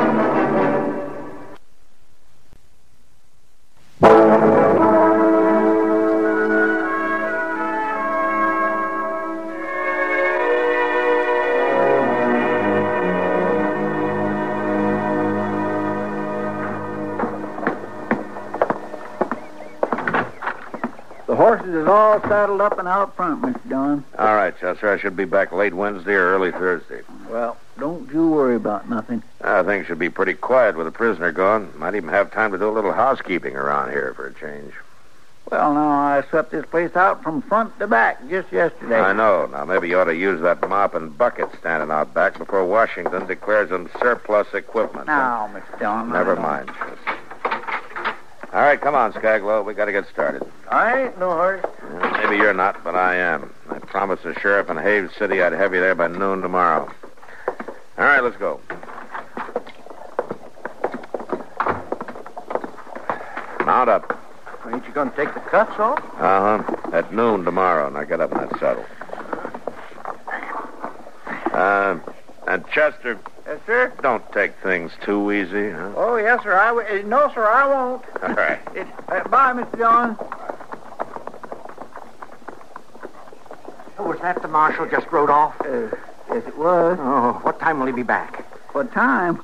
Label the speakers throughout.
Speaker 1: The horses is all saddled up and out front, Mr. Don.
Speaker 2: All right, Chester. I should be back late Wednesday or early Thursday.
Speaker 1: Well, don't you worry about nothing.
Speaker 2: I think Ah, should be pretty quiet with a prisoner gone. Might even have time to do a little housekeeping around here for a change.
Speaker 1: Well, now, I swept this place out from front to back just yesterday.
Speaker 2: I know. Now, maybe you ought to use that mop and bucket standing out back before Washington declares them surplus equipment.
Speaker 1: Now, Mr. Don. I
Speaker 2: Never
Speaker 1: don't-
Speaker 2: mind, Chester. All right, come on, Skaglow. We got to get started.
Speaker 1: I ain't no hurry.
Speaker 2: Well, Maybe you're not, but I am. I promised the sheriff in Haves City I'd have you there by noon tomorrow. All right, let's go. Mount up.
Speaker 1: Ain't you going to take the cuffs off?
Speaker 2: Uh huh. At noon tomorrow, and I get up in that saddle. Uh, and Chester,
Speaker 1: Yes, sir.
Speaker 2: don't take things too easy, huh?
Speaker 1: Oh, yes, sir. I w- no, sir, I won't.
Speaker 2: All right.
Speaker 1: It, uh, bye, Mr. Don.
Speaker 3: Was that the marshal just rode off?
Speaker 1: Uh, yes, it was.
Speaker 3: Oh, what time will he be back?
Speaker 1: What time?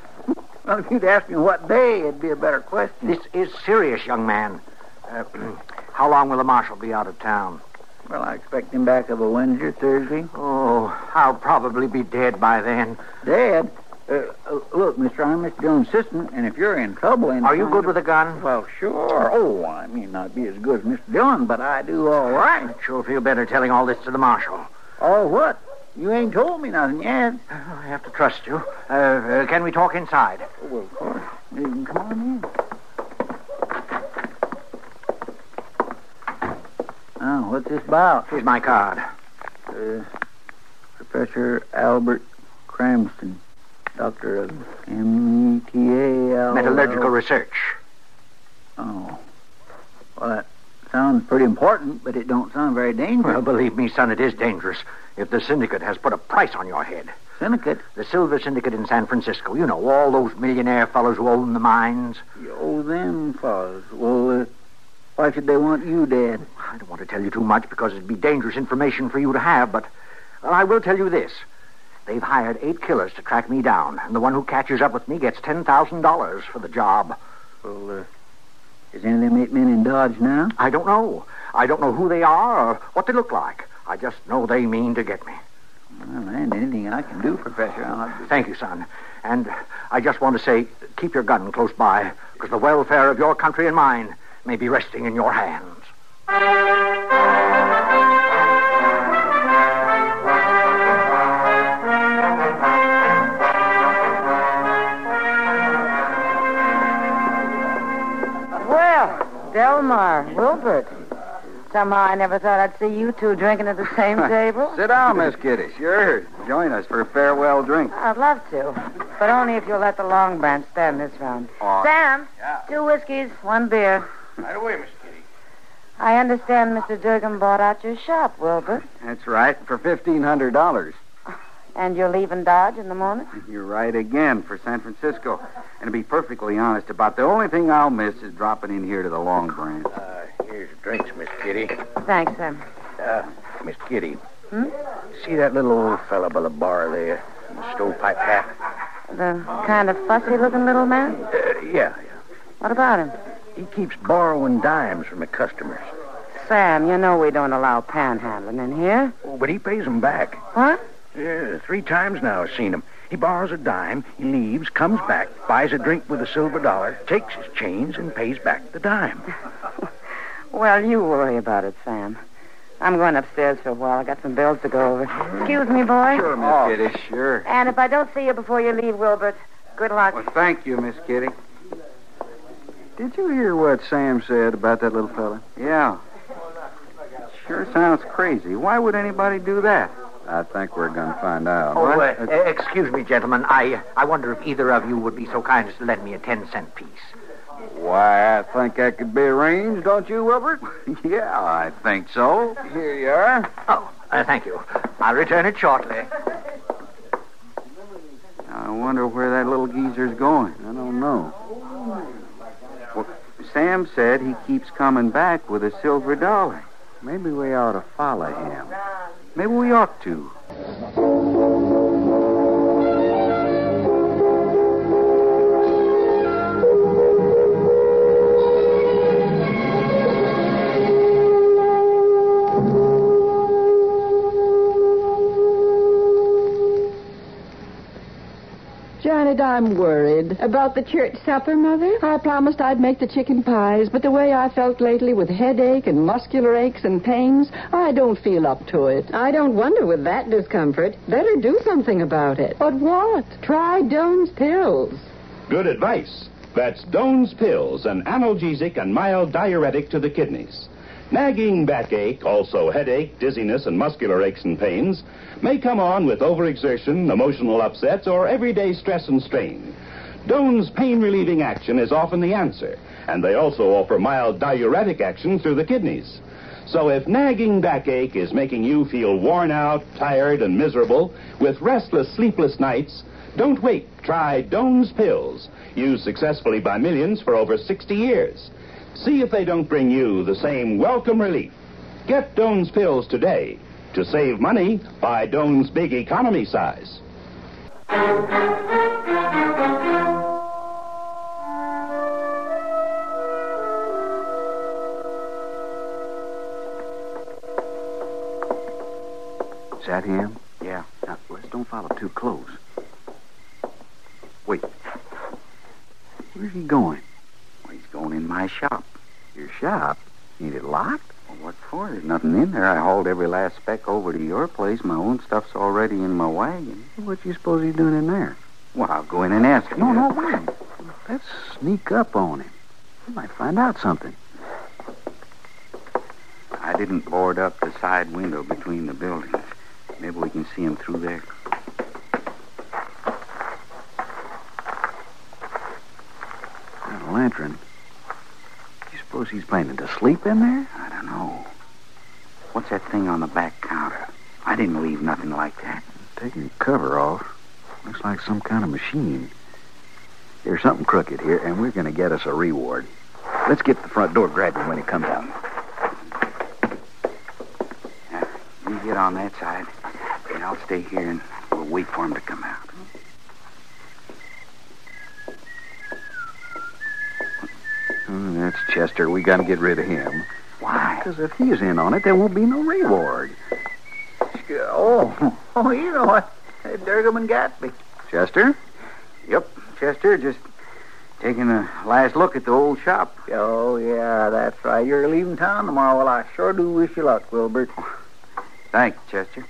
Speaker 1: Well, if you'd asked me what day, it'd be a better question.
Speaker 3: This is serious, young man. Uh, how long will the marshal be out of town?
Speaker 1: Well, I expect him back of a Wednesday, Thursday.
Speaker 3: Oh, I'll probably be dead by then.
Speaker 1: Dad, uh, uh, look, Mister, I'm Mister Jones' assistant, and if you're in trouble, and
Speaker 3: Are you good with a gun?
Speaker 1: Well, sure. Oh, I may not be as good as Mister Dillon, but I do all right.
Speaker 3: Sure feel better telling all this to the marshal.
Speaker 1: All what? You ain't told me nothing yet.
Speaker 3: Oh, I have to trust you. Uh, uh, can we talk inside?
Speaker 1: Oh, well, of course. You can come on in. Now, what's this about?
Speaker 3: Here's my card.
Speaker 1: Uh, Professor Albert Cramston, doctor of E
Speaker 3: Oh.
Speaker 1: META.
Speaker 3: Metallurgical research.
Speaker 1: Oh. Well, that sounds pretty important, but it don't sound very dangerous.
Speaker 3: Well, believe me, son, it is dangerous. If the syndicate has put a price on your head,
Speaker 1: Syndicate,
Speaker 3: the silver syndicate in San Francisco, you know, all those millionaire fellows who own the mines.
Speaker 1: you owe them fellas. Well, uh, why should they want you dead?
Speaker 3: I don't want to tell you too much because it'd be dangerous information for you to have, but well, I will tell you this. They've hired eight killers to track me down, and the one who catches up with me gets $10,000 for the job.
Speaker 1: Well, uh, is any of them eight men in Dodge now?
Speaker 3: I don't know. I don't know who they are or what they look like. I just know they mean to get me.
Speaker 1: Well, there ain't anything I can do, Professor. I'll...
Speaker 3: Thank you, son. And I just want to say, keep your gun close by, because the welfare of your country and mine may be resting in your hands.
Speaker 4: Well, Delmar, Wilbert. Somehow I never thought I'd see you two drinking at the same table.
Speaker 1: Sit down, Miss Kitty. Sure. Join us for a farewell drink.
Speaker 4: I'd love to, but only if you'll let the long branch stand this round. Sam, two whiskeys, one beer.
Speaker 2: Right away, Miss Kitty.
Speaker 4: I understand Mr. Durgan bought out your shop, Wilbert,
Speaker 1: That's right, for $1,500.
Speaker 4: and you're leaving Dodge in the morning.
Speaker 1: You're right again for San Francisco. And to be perfectly honest, about the only thing I'll miss is dropping in here to the Long Branch.
Speaker 2: Uh, here's your drinks, Miss Kitty.
Speaker 4: Thanks, Sam.
Speaker 2: Miss Kitty. See that little old fella by the bar there? in the Stovepipe hat?
Speaker 4: The kind of fussy-looking little man.
Speaker 2: Uh, yeah, yeah.
Speaker 4: What about him?
Speaker 3: He keeps borrowing dimes from the customers.
Speaker 4: Sam, you know we don't allow panhandling in here.
Speaker 3: Oh, but he pays them back.
Speaker 4: What?
Speaker 3: Yeah, three times now I've seen him. He borrows a dime, he leaves, comes back, buys a drink with a silver dollar, takes his change, and pays back the dime.
Speaker 4: Well, you worry about it, Sam. I'm going upstairs for a while. I got some bills to go over. Excuse me, boy.
Speaker 1: Sure, Miss
Speaker 3: Oh.
Speaker 1: Kitty, sure.
Speaker 4: And if I don't see you before you leave, Wilbert, good luck.
Speaker 1: Well, thank you, Miss Kitty. Did you hear what Sam said about that little fella? Yeah. Sure sounds crazy. Why would anybody do that? I think we're going to find out.
Speaker 3: Oh, uh, uh, excuse me, gentlemen. I uh, I wonder if either of you would be so kind as to lend me a ten cent piece.
Speaker 1: Why, I think that could be arranged, don't you, Wilbert? yeah, I think so. Here you are.
Speaker 3: Oh, uh, thank you. I'll return it shortly.
Speaker 1: I wonder where that little geezer's going. I don't know. Well, Sam said he keeps coming back with a silver dollar. Maybe we ought to follow him. Maybe we ought to.
Speaker 5: Janet, I'm worried.
Speaker 6: About the church supper, Mother?
Speaker 5: I promised I'd make the chicken pies, but the way I felt lately with headache and muscular aches and pains, I don't feel up to it.
Speaker 6: I don't wonder with that discomfort. Better do something about it.
Speaker 5: But what?
Speaker 6: Try Doane's pills.
Speaker 7: Good advice. That's Doane's pills, an analgesic and mild diuretic to the kidneys. Nagging backache, also headache, dizziness, and muscular aches and pains, may come on with overexertion, emotional upsets, or everyday stress and strain. Doane's pain relieving action is often the answer, and they also offer mild diuretic action through the kidneys. So if nagging backache is making you feel worn out, tired, and miserable, with restless, sleepless nights, don't wait. Try Doane's pills, used successfully by millions for over 60 years. See if they don't bring you the same welcome relief. Get Doane's pills today to save money buy Doane's big economy size.
Speaker 1: Is that him?
Speaker 3: Yeah.
Speaker 1: Now, let's don't follow too close. Wait. Where's he going? Well, he's going in my shop. Your shop? Ain't it locked? Well, what for? There's nothing in there. I hauled every last speck over to your place. My own stuff's already in my wagon. What you suppose he's doing in there? Well, I'll go in and ask him.
Speaker 3: No, no, wait.
Speaker 1: Let's sneak up on him. We might find out something. I didn't board up the side window between the buildings. Maybe we can see him through there. Got a lantern. You suppose he's planning to sleep in there? I don't know. What's that thing on the back counter? I didn't leave nothing like that. Taking the cover off. Looks like some kind of machine. There's something crooked here, and we're going to get us a reward. Let's get to the front door, grab him when he comes out. you get on that side, and I'll stay here and we'll wait for him to come out. Oh, that's Chester. We got to get rid of him. Why? Because if he's in on it, there won't be no reward.
Speaker 3: Oh, oh, you know what? That Dergerman got me.
Speaker 1: Chester? Yep, Chester. Just taking a last look at the old shop.
Speaker 3: Oh, yeah, that's right. You're leaving town tomorrow. Well, I sure do wish you luck, Wilbert.
Speaker 1: Thanks, Chester.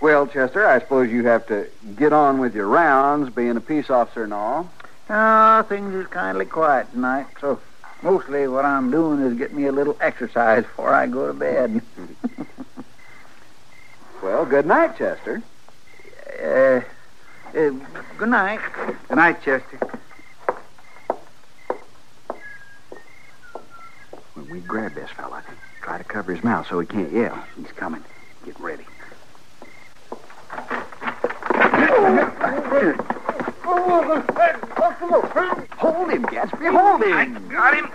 Speaker 1: Well, Chester, I suppose you have to get on with your rounds, being a peace officer and all.
Speaker 3: Ah, things is kindly quiet tonight, so mostly what I'm doing is getting me a little exercise before I go to bed.
Speaker 1: Well, good night, Chester.
Speaker 3: Uh, uh, good night.
Speaker 1: Good night, Chester.
Speaker 3: When we grab this fella, try to cover his mouth so he can't yell. He's coming. Get ready. Hold him, Gatsby. Hold him.
Speaker 1: got him.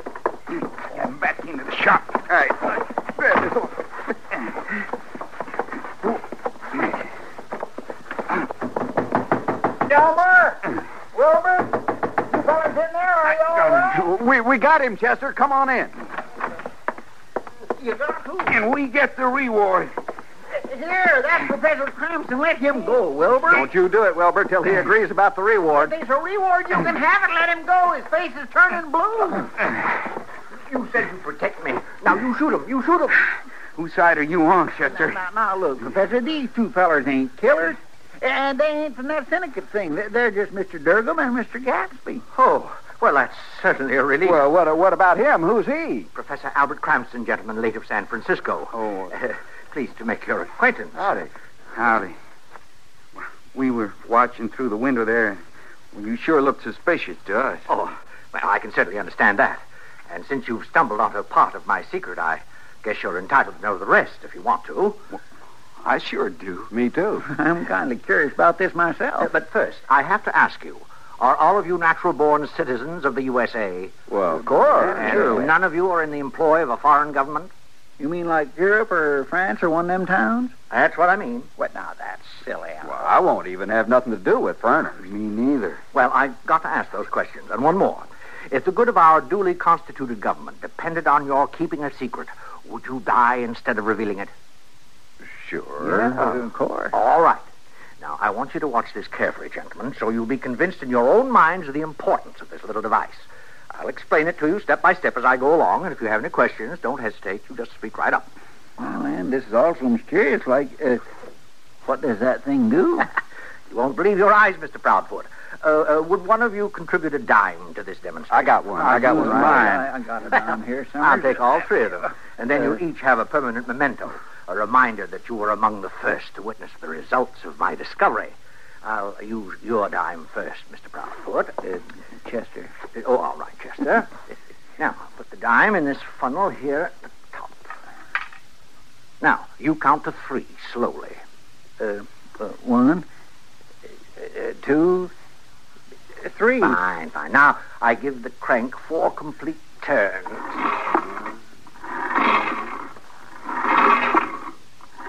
Speaker 1: Get him back into the shop. All right. Grab this off.
Speaker 3: Delmer! Wilbur! You
Speaker 1: him, Chester. Come on in.
Speaker 8: You got who?
Speaker 1: And we get the reward.
Speaker 8: Here, that's Professor Crampton. Let him go, Wilbur.
Speaker 1: Don't you do it, Wilbur, till he agrees about the
Speaker 8: If
Speaker 1: reward.
Speaker 8: there's a reward, you can have it. Let him go. His face is turning blue.
Speaker 3: You said you protect me. Now you shoot him. You shoot him.
Speaker 1: Whose side are you on, Chester?
Speaker 8: Now, now, look, Professor, these two fellers ain't killers. And they ain't from that syndicate thing. They're- They're just Mr. Durgum and Mr. Gatsby.
Speaker 3: Oh, well, that's certainly a relief.
Speaker 1: Well, what, what about him? Who's he?
Speaker 3: Professor Albert Cranston, gentleman, late of San Francisco.
Speaker 1: Oh,
Speaker 3: Uh, pleased to make your acquaintance.
Speaker 1: howdy. Howdy. We were watching through the window there. Well, you sure looked suspicious to us.
Speaker 3: Oh, well, I can certainly understand that. And since you've stumbled onto part of my secret, I guess you're entitled to know the rest if you want to.
Speaker 1: I sure do.
Speaker 3: Me too.
Speaker 8: I'm kind of curious about this myself.
Speaker 3: but first, I have to ask you. Are all of you natural born citizens of the USA?
Speaker 1: Well, of course.
Speaker 3: And
Speaker 1: surely.
Speaker 3: none of you are in the employ of a foreign government?
Speaker 8: You mean like Europe or France or one of them towns?
Speaker 3: That's what I mean.
Speaker 8: What now? That's silly.
Speaker 1: Well, I won't even have nothing to do with Furner. Me neither.
Speaker 3: Well, I've got to ask those questions. And one more. If the good of our duly constituted government depended on your keeping a secret, would you die instead of revealing it?
Speaker 1: Sure.
Speaker 8: of course.
Speaker 3: All right. Now, I want you to watch this carefully, gentlemen, so you'll be convinced in your own minds of the importance of this little device. I'll explain it to you step by step as I go along, and if you have any questions, don't hesitate. You just speak right up.
Speaker 8: Well, and this is also mysterious. Like, uh, what does that thing do?
Speaker 3: You won't believe your eyes, Mr. Proudfoot. Uh, uh, would one of you contribute a dime to this demonstration?
Speaker 1: I got one. I got
Speaker 8: Who's
Speaker 1: one.
Speaker 8: mine? I, Uh, I got it down here somewhere.
Speaker 3: I'll take all three of them. And then you each have a permanent memento, a reminder that you were among the first to witness the results of my discovery. I'll use your dime first, Mr. Proudfoot. Uh,
Speaker 8: Chester.
Speaker 3: oh, all right, Chester. now, put the dime in this funnel here at the top. Now, you count to three slowly.
Speaker 8: Uh, one, uh, two, three.
Speaker 3: Fine, fine. Now, I give the crank four complete turns.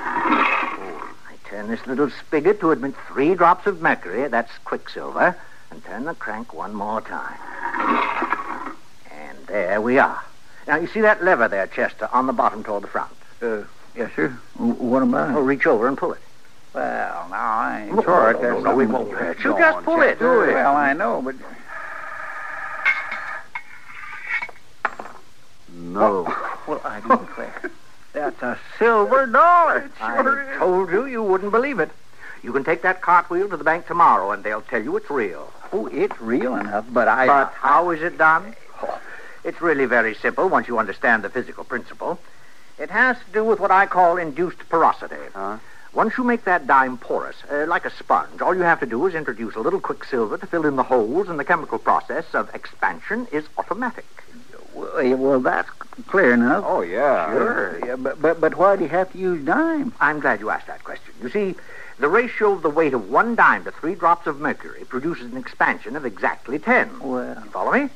Speaker 3: I turn this little spigot to admit three drops of mercury, that's quicksilver, and turn the crank one more time. And there we are. Now, you see that lever there, Chester, on the bottom toward the front?
Speaker 8: Uh, Yes, sir. W- what about
Speaker 3: Oh,
Speaker 8: it?
Speaker 3: reach over and pull it.
Speaker 8: Well, now I ain't
Speaker 3: No,
Speaker 8: sure.
Speaker 3: no,
Speaker 8: there's
Speaker 3: no, no, we
Speaker 8: nothing-
Speaker 3: won't hurt you.
Speaker 8: Go
Speaker 3: Just
Speaker 8: on,
Speaker 3: pull
Speaker 8: Chester.
Speaker 3: it. Do it.
Speaker 8: Well, I know, but
Speaker 9: No.
Speaker 8: well, I declare, that's a silver dollar.
Speaker 3: I told you you wouldn't believe it. You can take that cartwheel to the bank tomorrow, and they'll tell you it's real.
Speaker 8: Oh, it's real enough, but I.
Speaker 3: But how is it done? Oh, it's really very simple once you understand the physical principle. It has to do with what I call induced porosity.
Speaker 1: Huh?
Speaker 3: Once you make that dime porous, uh, like a sponge, all you have to do is introduce a little quicksilver to fill in the holes, and the chemical process of expansion is automatic.
Speaker 8: Well, well, that's clear enough.
Speaker 1: Oh, yeah.
Speaker 8: Sure. Yeah, but, but but why do you have to use dime?
Speaker 3: I'm glad you asked that question. You see, the ratio of the weight of one dime to three drops of mercury produces an expansion of exactly ten.
Speaker 8: Well,
Speaker 3: You follow me?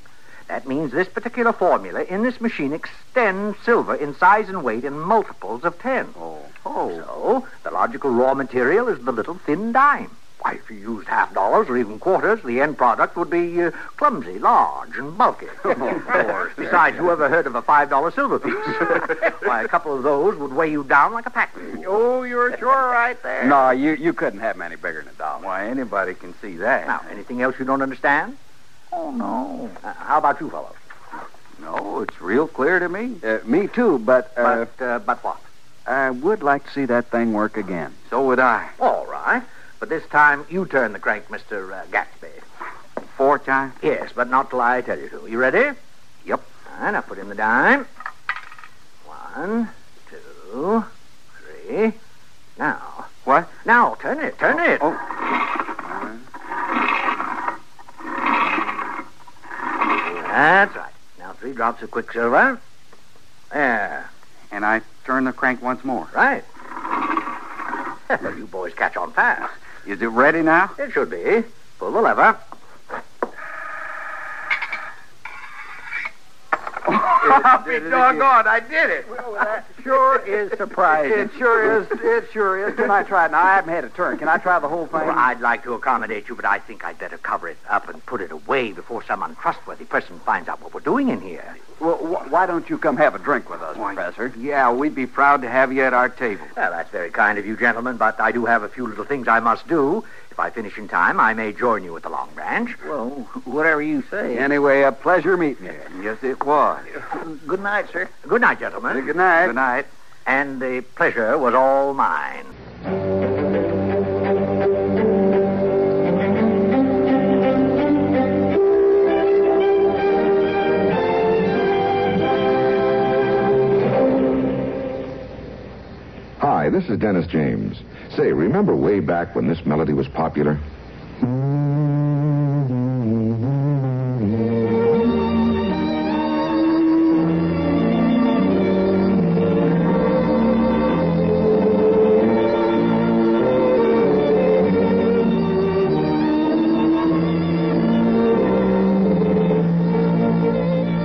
Speaker 3: That means this particular formula in this machine extends silver in size and weight in multiples of ten. Oh. So, the logical raw material is the little thin dime. Why, if you used half dollars or even quarters, the end product would be uh, clumsy, large, and bulky. of course. Besides, who ever heard of a $5 silver piece? Why, a couple of those would weigh you down like a pack mule.
Speaker 1: Oh, you're sure right there. No, you, you couldn't have them any bigger than a dollar. Why, anybody can see that.
Speaker 3: Now, anything else you don't understand?
Speaker 8: oh no.
Speaker 3: Uh, how about you, fellows?
Speaker 1: No, it's real clear to me. Uh, me too, but, uh,
Speaker 3: but, uh, but what?
Speaker 1: I would like to see that thing work again. So would I.
Speaker 3: All right. But this time, you turn the crank, Mr. Uh, Gatsby.
Speaker 1: Four times?
Speaker 3: Yes, but not till I tell you to. You ready? Yep. All right, I'll put in the dime. One, two, three. Now.
Speaker 1: What?
Speaker 3: Now, turn it, turn it.
Speaker 1: Oh.
Speaker 3: That's right. Now, three drops of quicksilver. There,
Speaker 1: And I turn the crank once more.
Speaker 3: right. Well, you boys catch on fast.
Speaker 1: Is it ready now?
Speaker 3: It should be. Pull the lever.
Speaker 1: I'll
Speaker 3: be
Speaker 1: doggone,
Speaker 3: I did it.
Speaker 1: Well, that sure is surprising.
Speaker 3: It sure is. It sure is. Can I try it now? I haven't had a turn. Can I try the whole thing?
Speaker 1: Well,
Speaker 3: I'd like to accommodate you, but I think I'd better cover it up and put it away before some untrustworthy person finds out what we're doing in here.
Speaker 1: Well, wh- why don't you come have a drink with us, Professor? Yeah, we'd be proud to have you at our table.
Speaker 3: Well, that's very kind of you, gentlemen, but I do have a few little things I must do. If I finish in time, I may join you at the Long Branch.
Speaker 1: Well, whatever you say.
Speaker 3: Anyway, a pleasure meeting you.
Speaker 1: Yes, it was. Good night, sir.
Speaker 3: Good night, gentlemen.
Speaker 1: Good night.
Speaker 3: Good night. And the pleasure was all mine.
Speaker 7: Hi, this is Dennis James. Say, remember way back when this melody was popular?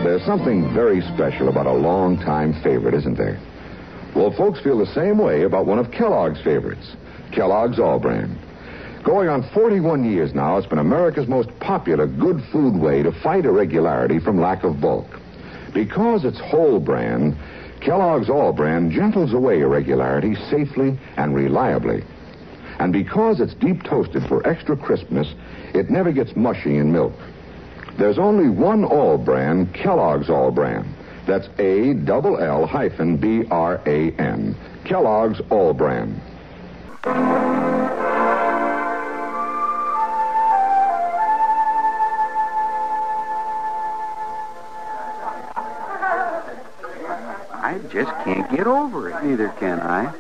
Speaker 7: There's something very special about a long-time favorite, isn't there? Well, folks feel the same way about one of Kellogg's favorites, Kellogg's All Brand. Going on 41 years now, it's been America's most popular good food way to fight irregularity from lack of bulk. Because it's whole brand, Kellogg's All Brand gentles away irregularity safely and reliably. And because it's deep toasted for extra crispness, it never gets mushy in milk. There's only one all brand, Kellogg's All Brand. That's A double L hyphen B R A N. Kellogg's All Brand.
Speaker 10: I just can't get over it. Neither can I.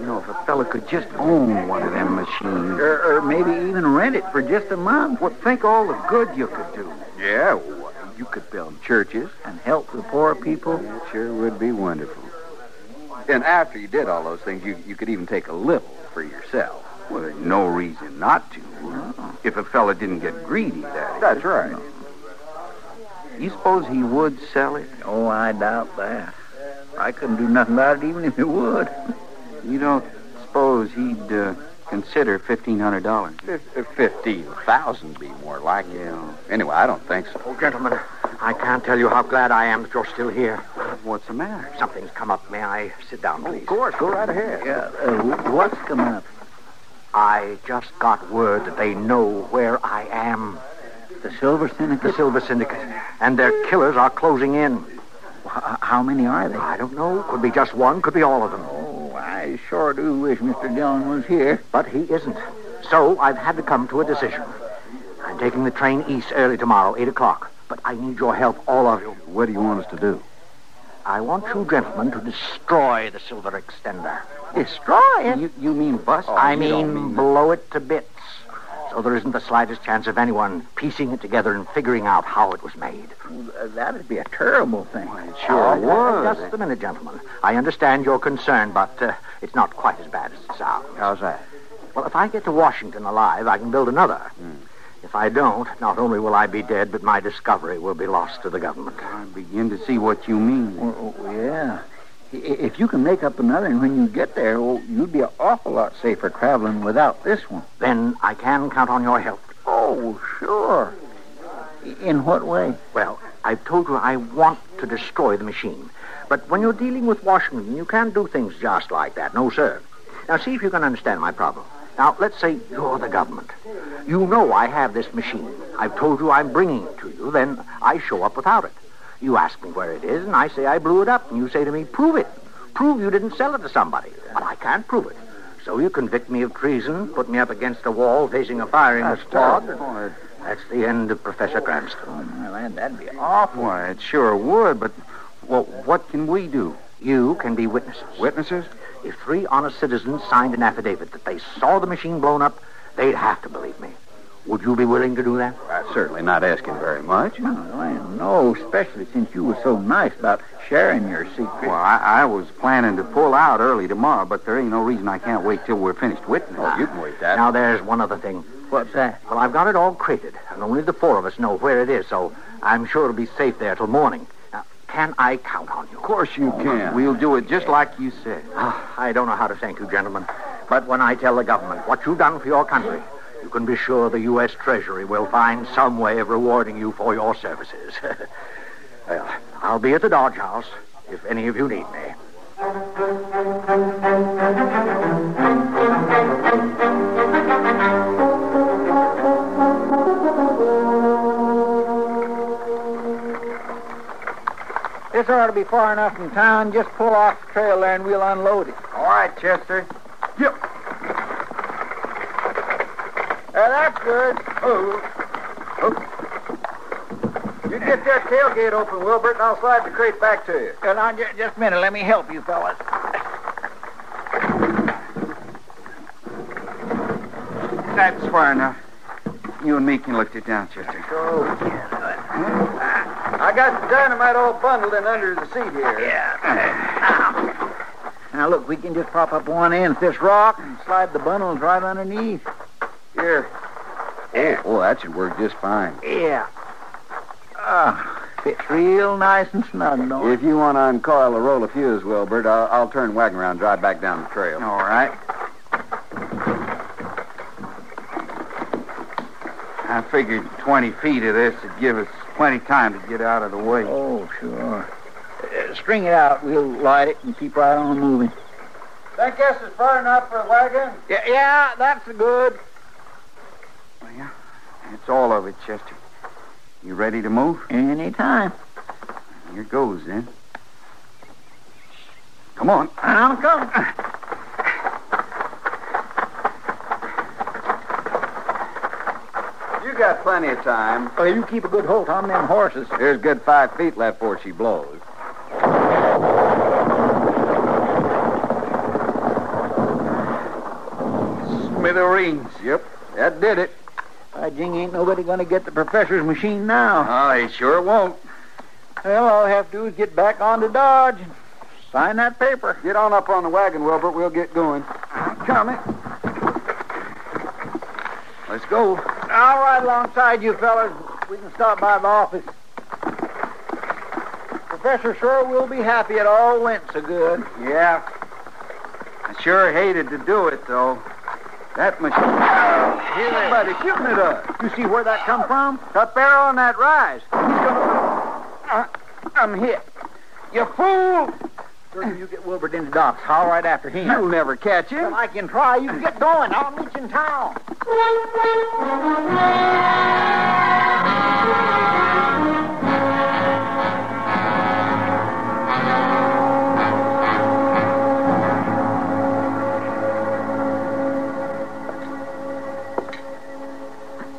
Speaker 10: You know, if a fella could just own one of them machines.
Speaker 1: Or, or maybe even rent it for just a month. Well, think all the good you could do.
Speaker 10: Yeah, well, you could build churches.
Speaker 1: And help the poor people.
Speaker 10: It sure would be wonderful. And after you did all those things, you, you could even take a little for yourself. Well, there's no reason not to. If a fella didn't get greedy, that is. That's right. You suppose he would sell it?
Speaker 1: Oh, I doubt that. I couldn't do nothing about it even if he would.
Speaker 10: You don't suppose he'd uh, consider fifteen hundred dollars? Fifteen thousand be more like it. Anyway, I don't think so.
Speaker 3: Oh, gentlemen, I can't tell you how glad I am that you're still here.
Speaker 10: What's the matter?
Speaker 3: Something's come up. May I sit down, please?
Speaker 1: Of course, Oh, go right ahead. Yeah. uh, what's coming up?
Speaker 3: I just got word that they know where I am.
Speaker 1: The Silver Syndicate?
Speaker 3: The Silver Syndicate. And their killers are closing in.
Speaker 1: How many are they?
Speaker 3: I don't know. Could be just one, could be all of them.
Speaker 1: Oh, I sure do wish Mr. Dillon was here.
Speaker 3: But he isn't. So I've had to come to a decision. I'm taking the train east early tomorrow, 8 o'clock. But I need your help, all of you.
Speaker 10: What do you want us to do?
Speaker 3: I want you gentlemen to destroy the silver extender.
Speaker 1: Destroy it?
Speaker 10: You, Oh, you mean bust?
Speaker 3: I mean, blow it to bits. So there isn't the slightest chance of anyone piecing it together and figuring out how it was made.
Speaker 1: That'd be a terrible thing.
Speaker 3: Now, Oh, Just a minute, gentlemen. I understand your concern, but uh, it's not quite as bad as it sounds.
Speaker 10: How's that?
Speaker 3: Well, if I get to Washington alive, I can build another. If I don't, not only will I be dead, but my discovery will be lost to the government.
Speaker 10: I begin to see what you mean.
Speaker 1: Well, Oh, yeah. I- If you can make up another, and when you get there, well, you'd be an awful lot safer traveling without this one.
Speaker 3: Then I can count on your help.
Speaker 1: Oh, sure. In what way?
Speaker 3: Well, I've told you I want to destroy the machine. But when you're dealing with Washington, you can't do things just like that. No, sir. Now, see if you can understand my problem. Now, let's say you're the government. You know I have this machine. I've told you I'm bringing it to you. Then I show up without it. You ask me where it is, and I say I blew it up. And you say to me, prove it. Prove you didn't sell it to somebody. But I can't prove it. So you convict me of treason, put me up against a wall facing a firing squad. That's the end of Professor Cranston.
Speaker 1: Well, that- that'd be awful.
Speaker 10: Why, it sure would, but well, what can we do?
Speaker 3: You can be witnesses.
Speaker 10: Witnesses?
Speaker 3: If three honest citizens signed an affidavit that they saw the machine blown up, they'd have to believe me. Would you be willing to do that?
Speaker 10: That's certainly not asking very much.
Speaker 1: No, I know, especially since you were so nice about sharing your secret.
Speaker 10: Well, I, I was planning to pull out early tomorrow, but there ain't no reason I can't wait till we're finished witnessing.
Speaker 3: Oh, you can
Speaker 10: wait
Speaker 3: Now, there's one other thing.
Speaker 1: What's that?
Speaker 3: Well, I've got it all crated, and only the four of us know where it is, so I'm sure it'll be safe there till morning. Now,
Speaker 11: Can I count on you? Of course
Speaker 3: you can.
Speaker 11: We'll do it just like you said. I don't know how to thank you, gentlemen. But when I tell the government what you've done for your country, you can be sure the U.S. Treasury will find some way of rewarding you for your services. well, I'll be at the Dodge House if any of you need me.
Speaker 1: This ought to be far enough from town. Just pull off the trail there and we'll unload it.
Speaker 3: All right, Chester.
Speaker 1: Uh, that's good. Oh.
Speaker 3: Oh.
Speaker 1: You get that tailgate open, Wilbert, and I'll slide the crate back to you. Uh, now, ju- just a minute. Let me help you fellas.
Speaker 3: That's far enough. You and me can lift it down, Chester.
Speaker 1: I got the dynamite all bundled in under the seat here. Yeah. Now, look, we can just pop up one end of this rock and slide the bundles right underneath. Here.
Speaker 3: Yeah. Oh, that should work just fine.
Speaker 1: Yeah. Ah, fits real nice and snug, don't it?
Speaker 3: If you want to uncoil or roll a fuse, Wilbert, I'll, I'll turn wagon around and drive back down the trail. All right. I figured 20 feet of this would give us plenty time to get out of the way.
Speaker 1: Oh, sure. Uh, string it out. We'll light it and keep right on moving.
Speaker 12: That guess is far enough for a wagon.
Speaker 1: Yeah, yeah that's good.
Speaker 3: It's all of it, Chester. You ready to move?
Speaker 1: Any time.
Speaker 3: Here goes, then. Come on.
Speaker 1: I'm coming.
Speaker 3: You got plenty of time.
Speaker 1: Well, Oh, you keep a good hold on them horses.
Speaker 3: There's good five feet left before she blows. Smithereens. Yep, that did it.
Speaker 1: By jing, ain't nobody going to get the professor's machine now.
Speaker 3: Oh, he sure won't.
Speaker 1: Well, all I have to do is get back on to Dodge and sign that paper.
Speaker 3: Get on up on the wagon, Wilbert. We'll get going.
Speaker 1: Coming.
Speaker 3: Let's go.
Speaker 1: I'll ride alongside you fellas. We can stop by the office. Professor sure will be happy it all went so good.
Speaker 3: Yeah. I sure hated to do it, though. That machine. Somebody shooting at us.
Speaker 1: You see where that come from?
Speaker 3: Up there on that rise. He's gonna...
Speaker 1: Uh,
Speaker 3: I, I'm hit. You fool!
Speaker 1: Sure, you get Wilbert into Doc's. I'll ride after him.
Speaker 3: You'll never catch
Speaker 1: Well,
Speaker 3: him.
Speaker 1: I can try. You get going. I'll meet you in town.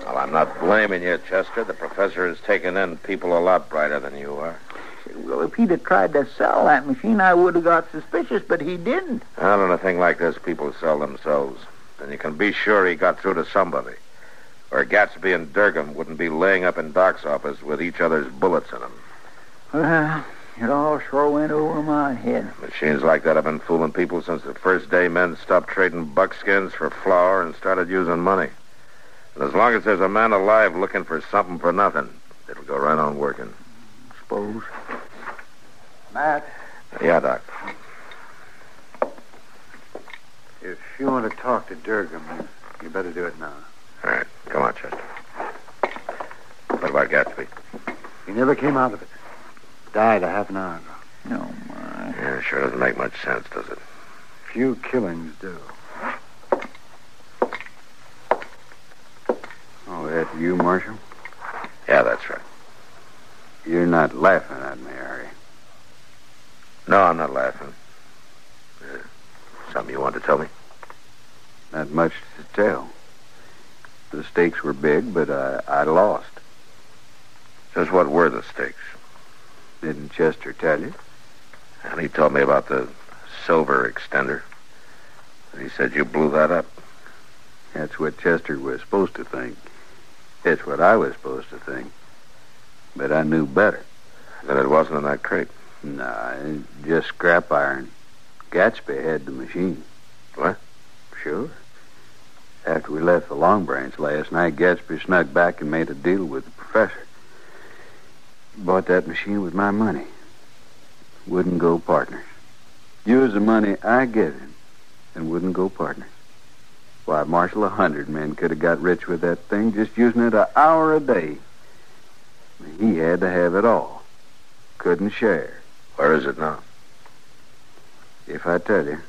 Speaker 2: Well, I'm not blaming you, Chester. The professor has taken in people a lot brighter than you are.
Speaker 1: Well, if he'd have tried to sell that machine, I would have got suspicious, but he didn't.
Speaker 2: Well, on a thing like this, people sell themselves. And you can be sure he got through to somebody. Or Gatsby and Durgan wouldn't be laying up in Doc's office with each other's bullets in them.
Speaker 1: Well, it all sure went over my head.
Speaker 2: Machines like that have been fooling people since the first day men stopped trading buckskins for flour and started using money. And as long as there's a man alive looking for something for nothing, it'll go right on working.
Speaker 1: Suppose.
Speaker 3: Matt,
Speaker 2: Yeah, Doc.
Speaker 3: if you want to talk to Durgam, you better do it now.
Speaker 2: All right, come on, Chester. What about Gatsby?
Speaker 3: He never came out of it. Died a half an hour ago.
Speaker 1: No, Oh, my.
Speaker 2: Yeah, sure doesn't make much sense, does it?
Speaker 3: Few killings do. Oh, that you, Marshal?
Speaker 2: Yeah, that's right.
Speaker 3: You're not laughing at me, are you?
Speaker 2: No, I'm not laughing. Uh, something you want to tell me?
Speaker 3: Not much to tell. The stakes were big, but I, I lost.
Speaker 2: Just what were the stakes?
Speaker 3: Didn't Chester tell you?
Speaker 2: And he told me about the silver extender. And he said you blew that up.
Speaker 3: That's what Chester was supposed to think. It's what I was supposed to think. But I knew better.
Speaker 2: Then it wasn't in that crate.
Speaker 3: Nah, it's just scrap iron. Gatsby had the machine.
Speaker 2: What?
Speaker 3: Sure. After we left the Long Branch last night, Gatsby snuck back and made a deal with the professor. Bought that machine with my money. wouldn't go partners. Use the money I give him and wouldn't go partners. Why, Marshal, a hundred men could have got rich with that thing just using it an hour a day. He had to have it all. Couldn't share.
Speaker 2: Where is it now?
Speaker 3: If I tell you,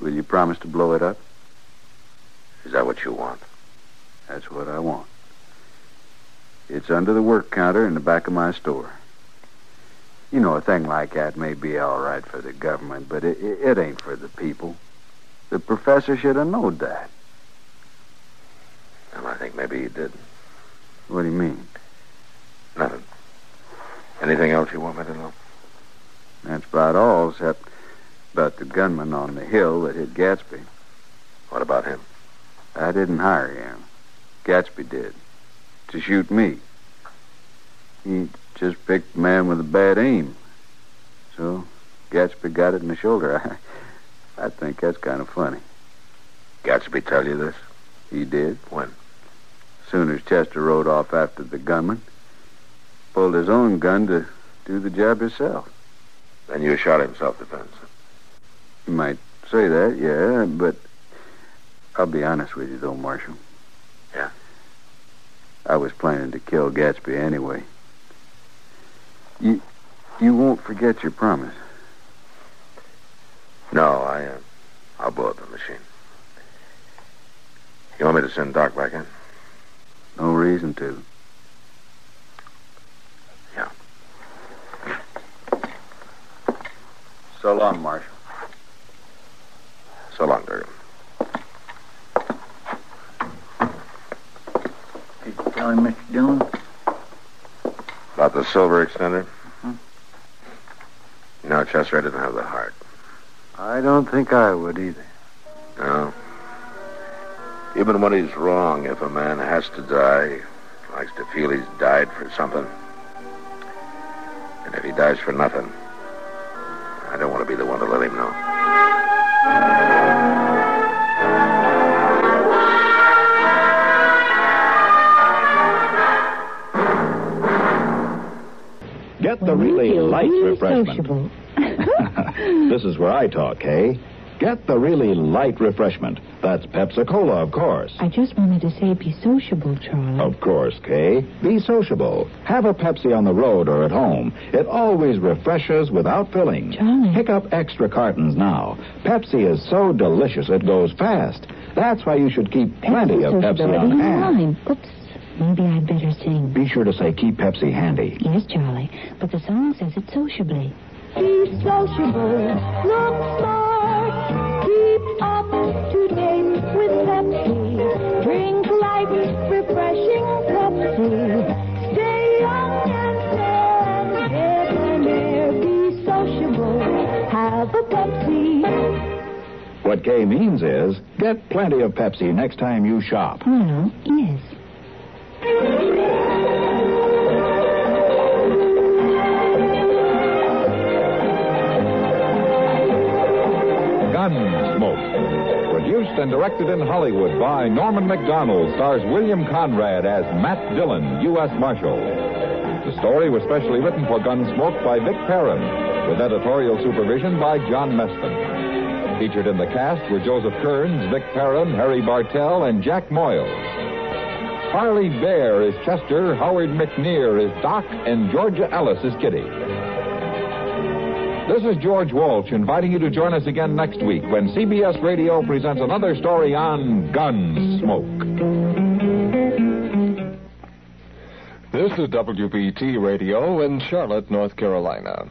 Speaker 3: will you promise to blow it up?
Speaker 2: Is that what you want?
Speaker 3: That's what I want. It's under the work counter in the back of my store. You know, a thing like that may be all right for the government, but it, it, it ain't for the people. The professor should have known that.
Speaker 2: Well, I think maybe he did.
Speaker 3: What do you mean?
Speaker 2: Nothing. Anything else you want me to know?
Speaker 3: That's about all, except about the gunman on the hill that hit Gatsby.
Speaker 2: What about him?
Speaker 3: I didn't hire him. Gatsby did. To shoot me. He just picked a man with a bad aim. So Gatsby got it in the shoulder. I, I think that's kind of funny.
Speaker 2: Gatsby tell you this?
Speaker 3: He did.
Speaker 2: When?
Speaker 3: Soon as Chester rode off after the gunman, pulled his own gun to do the job himself.
Speaker 2: Then you shot him self-defense.
Speaker 3: You might say that, yeah, but I'll be honest with you, though, Marshal.
Speaker 2: Yeah.
Speaker 3: I was planning to kill Gatsby anyway. You, you won't forget your promise.
Speaker 2: No, I, uh, I'll blow up the machine. You want me to send Doc back in?
Speaker 3: No reason to.
Speaker 2: Yeah.
Speaker 3: So long, Marshal.
Speaker 2: So long, Durgan.
Speaker 13: Did you tell him, Mr. Dillon?
Speaker 2: About the silver extender?
Speaker 13: Mhm.
Speaker 2: No, Chester, I didn't have the heart.
Speaker 3: I don't think I would either.
Speaker 2: No. Even when he's wrong, if a man has to die, likes to feel he's died for something. And if he dies for nothing, I don't want to be the one to let him know.
Speaker 7: Get the really light refreshment.
Speaker 14: sociable.
Speaker 7: this is where I talk, hey? Get the really light refreshment. That's Pepsi Cola, of course.
Speaker 14: I just wanted to say be sociable, Charlie.
Speaker 7: Of course, Kay. Be sociable. Have a Pepsi on the road or at home. It always refreshes without filling.
Speaker 14: Mm.
Speaker 7: Pick up extra cartons now. Pepsi is so delicious it goes fast. That's why you should keep plenty of Pepsi
Speaker 14: Sociability
Speaker 7: on hand.
Speaker 14: in line. Oops. Maybe I'd better sing.
Speaker 7: Be sure to say keep Pepsi handy.
Speaker 14: Yes, Charlie, but the song says it sociably.
Speaker 4: Be sociable. Look smart. Keep up to date with Pepsi. Drink light, refreshing Pepsi. Stay young and stand debonair. Be sociable. Have a Pepsi.
Speaker 7: What Kay means is get plenty of Pepsi next time you shop.
Speaker 14: No,
Speaker 7: Mm-hmm.
Speaker 14: yes.
Speaker 15: Gunsmoke. Produced and directed in Hollywood by Norman McDonald, stars William Conrad as Matt Dillon, U.S. Marshal. The story was specially written for Gunsmoke by Vic Perrin, with editorial supervision by John Meston. Featured in the cast were Joseph Kearns, Vic Perrin, Harry Bartell, and Jack Moyles. Harley Bear is Chester, Howard McNear is Doc, and Georgia Ellis is Kitty. This is George Walsh inviting you to join us again next week when CBS Radio presents another story on Gunsmoke.
Speaker 16: This is WBT Radio in Charlotte, North Carolina.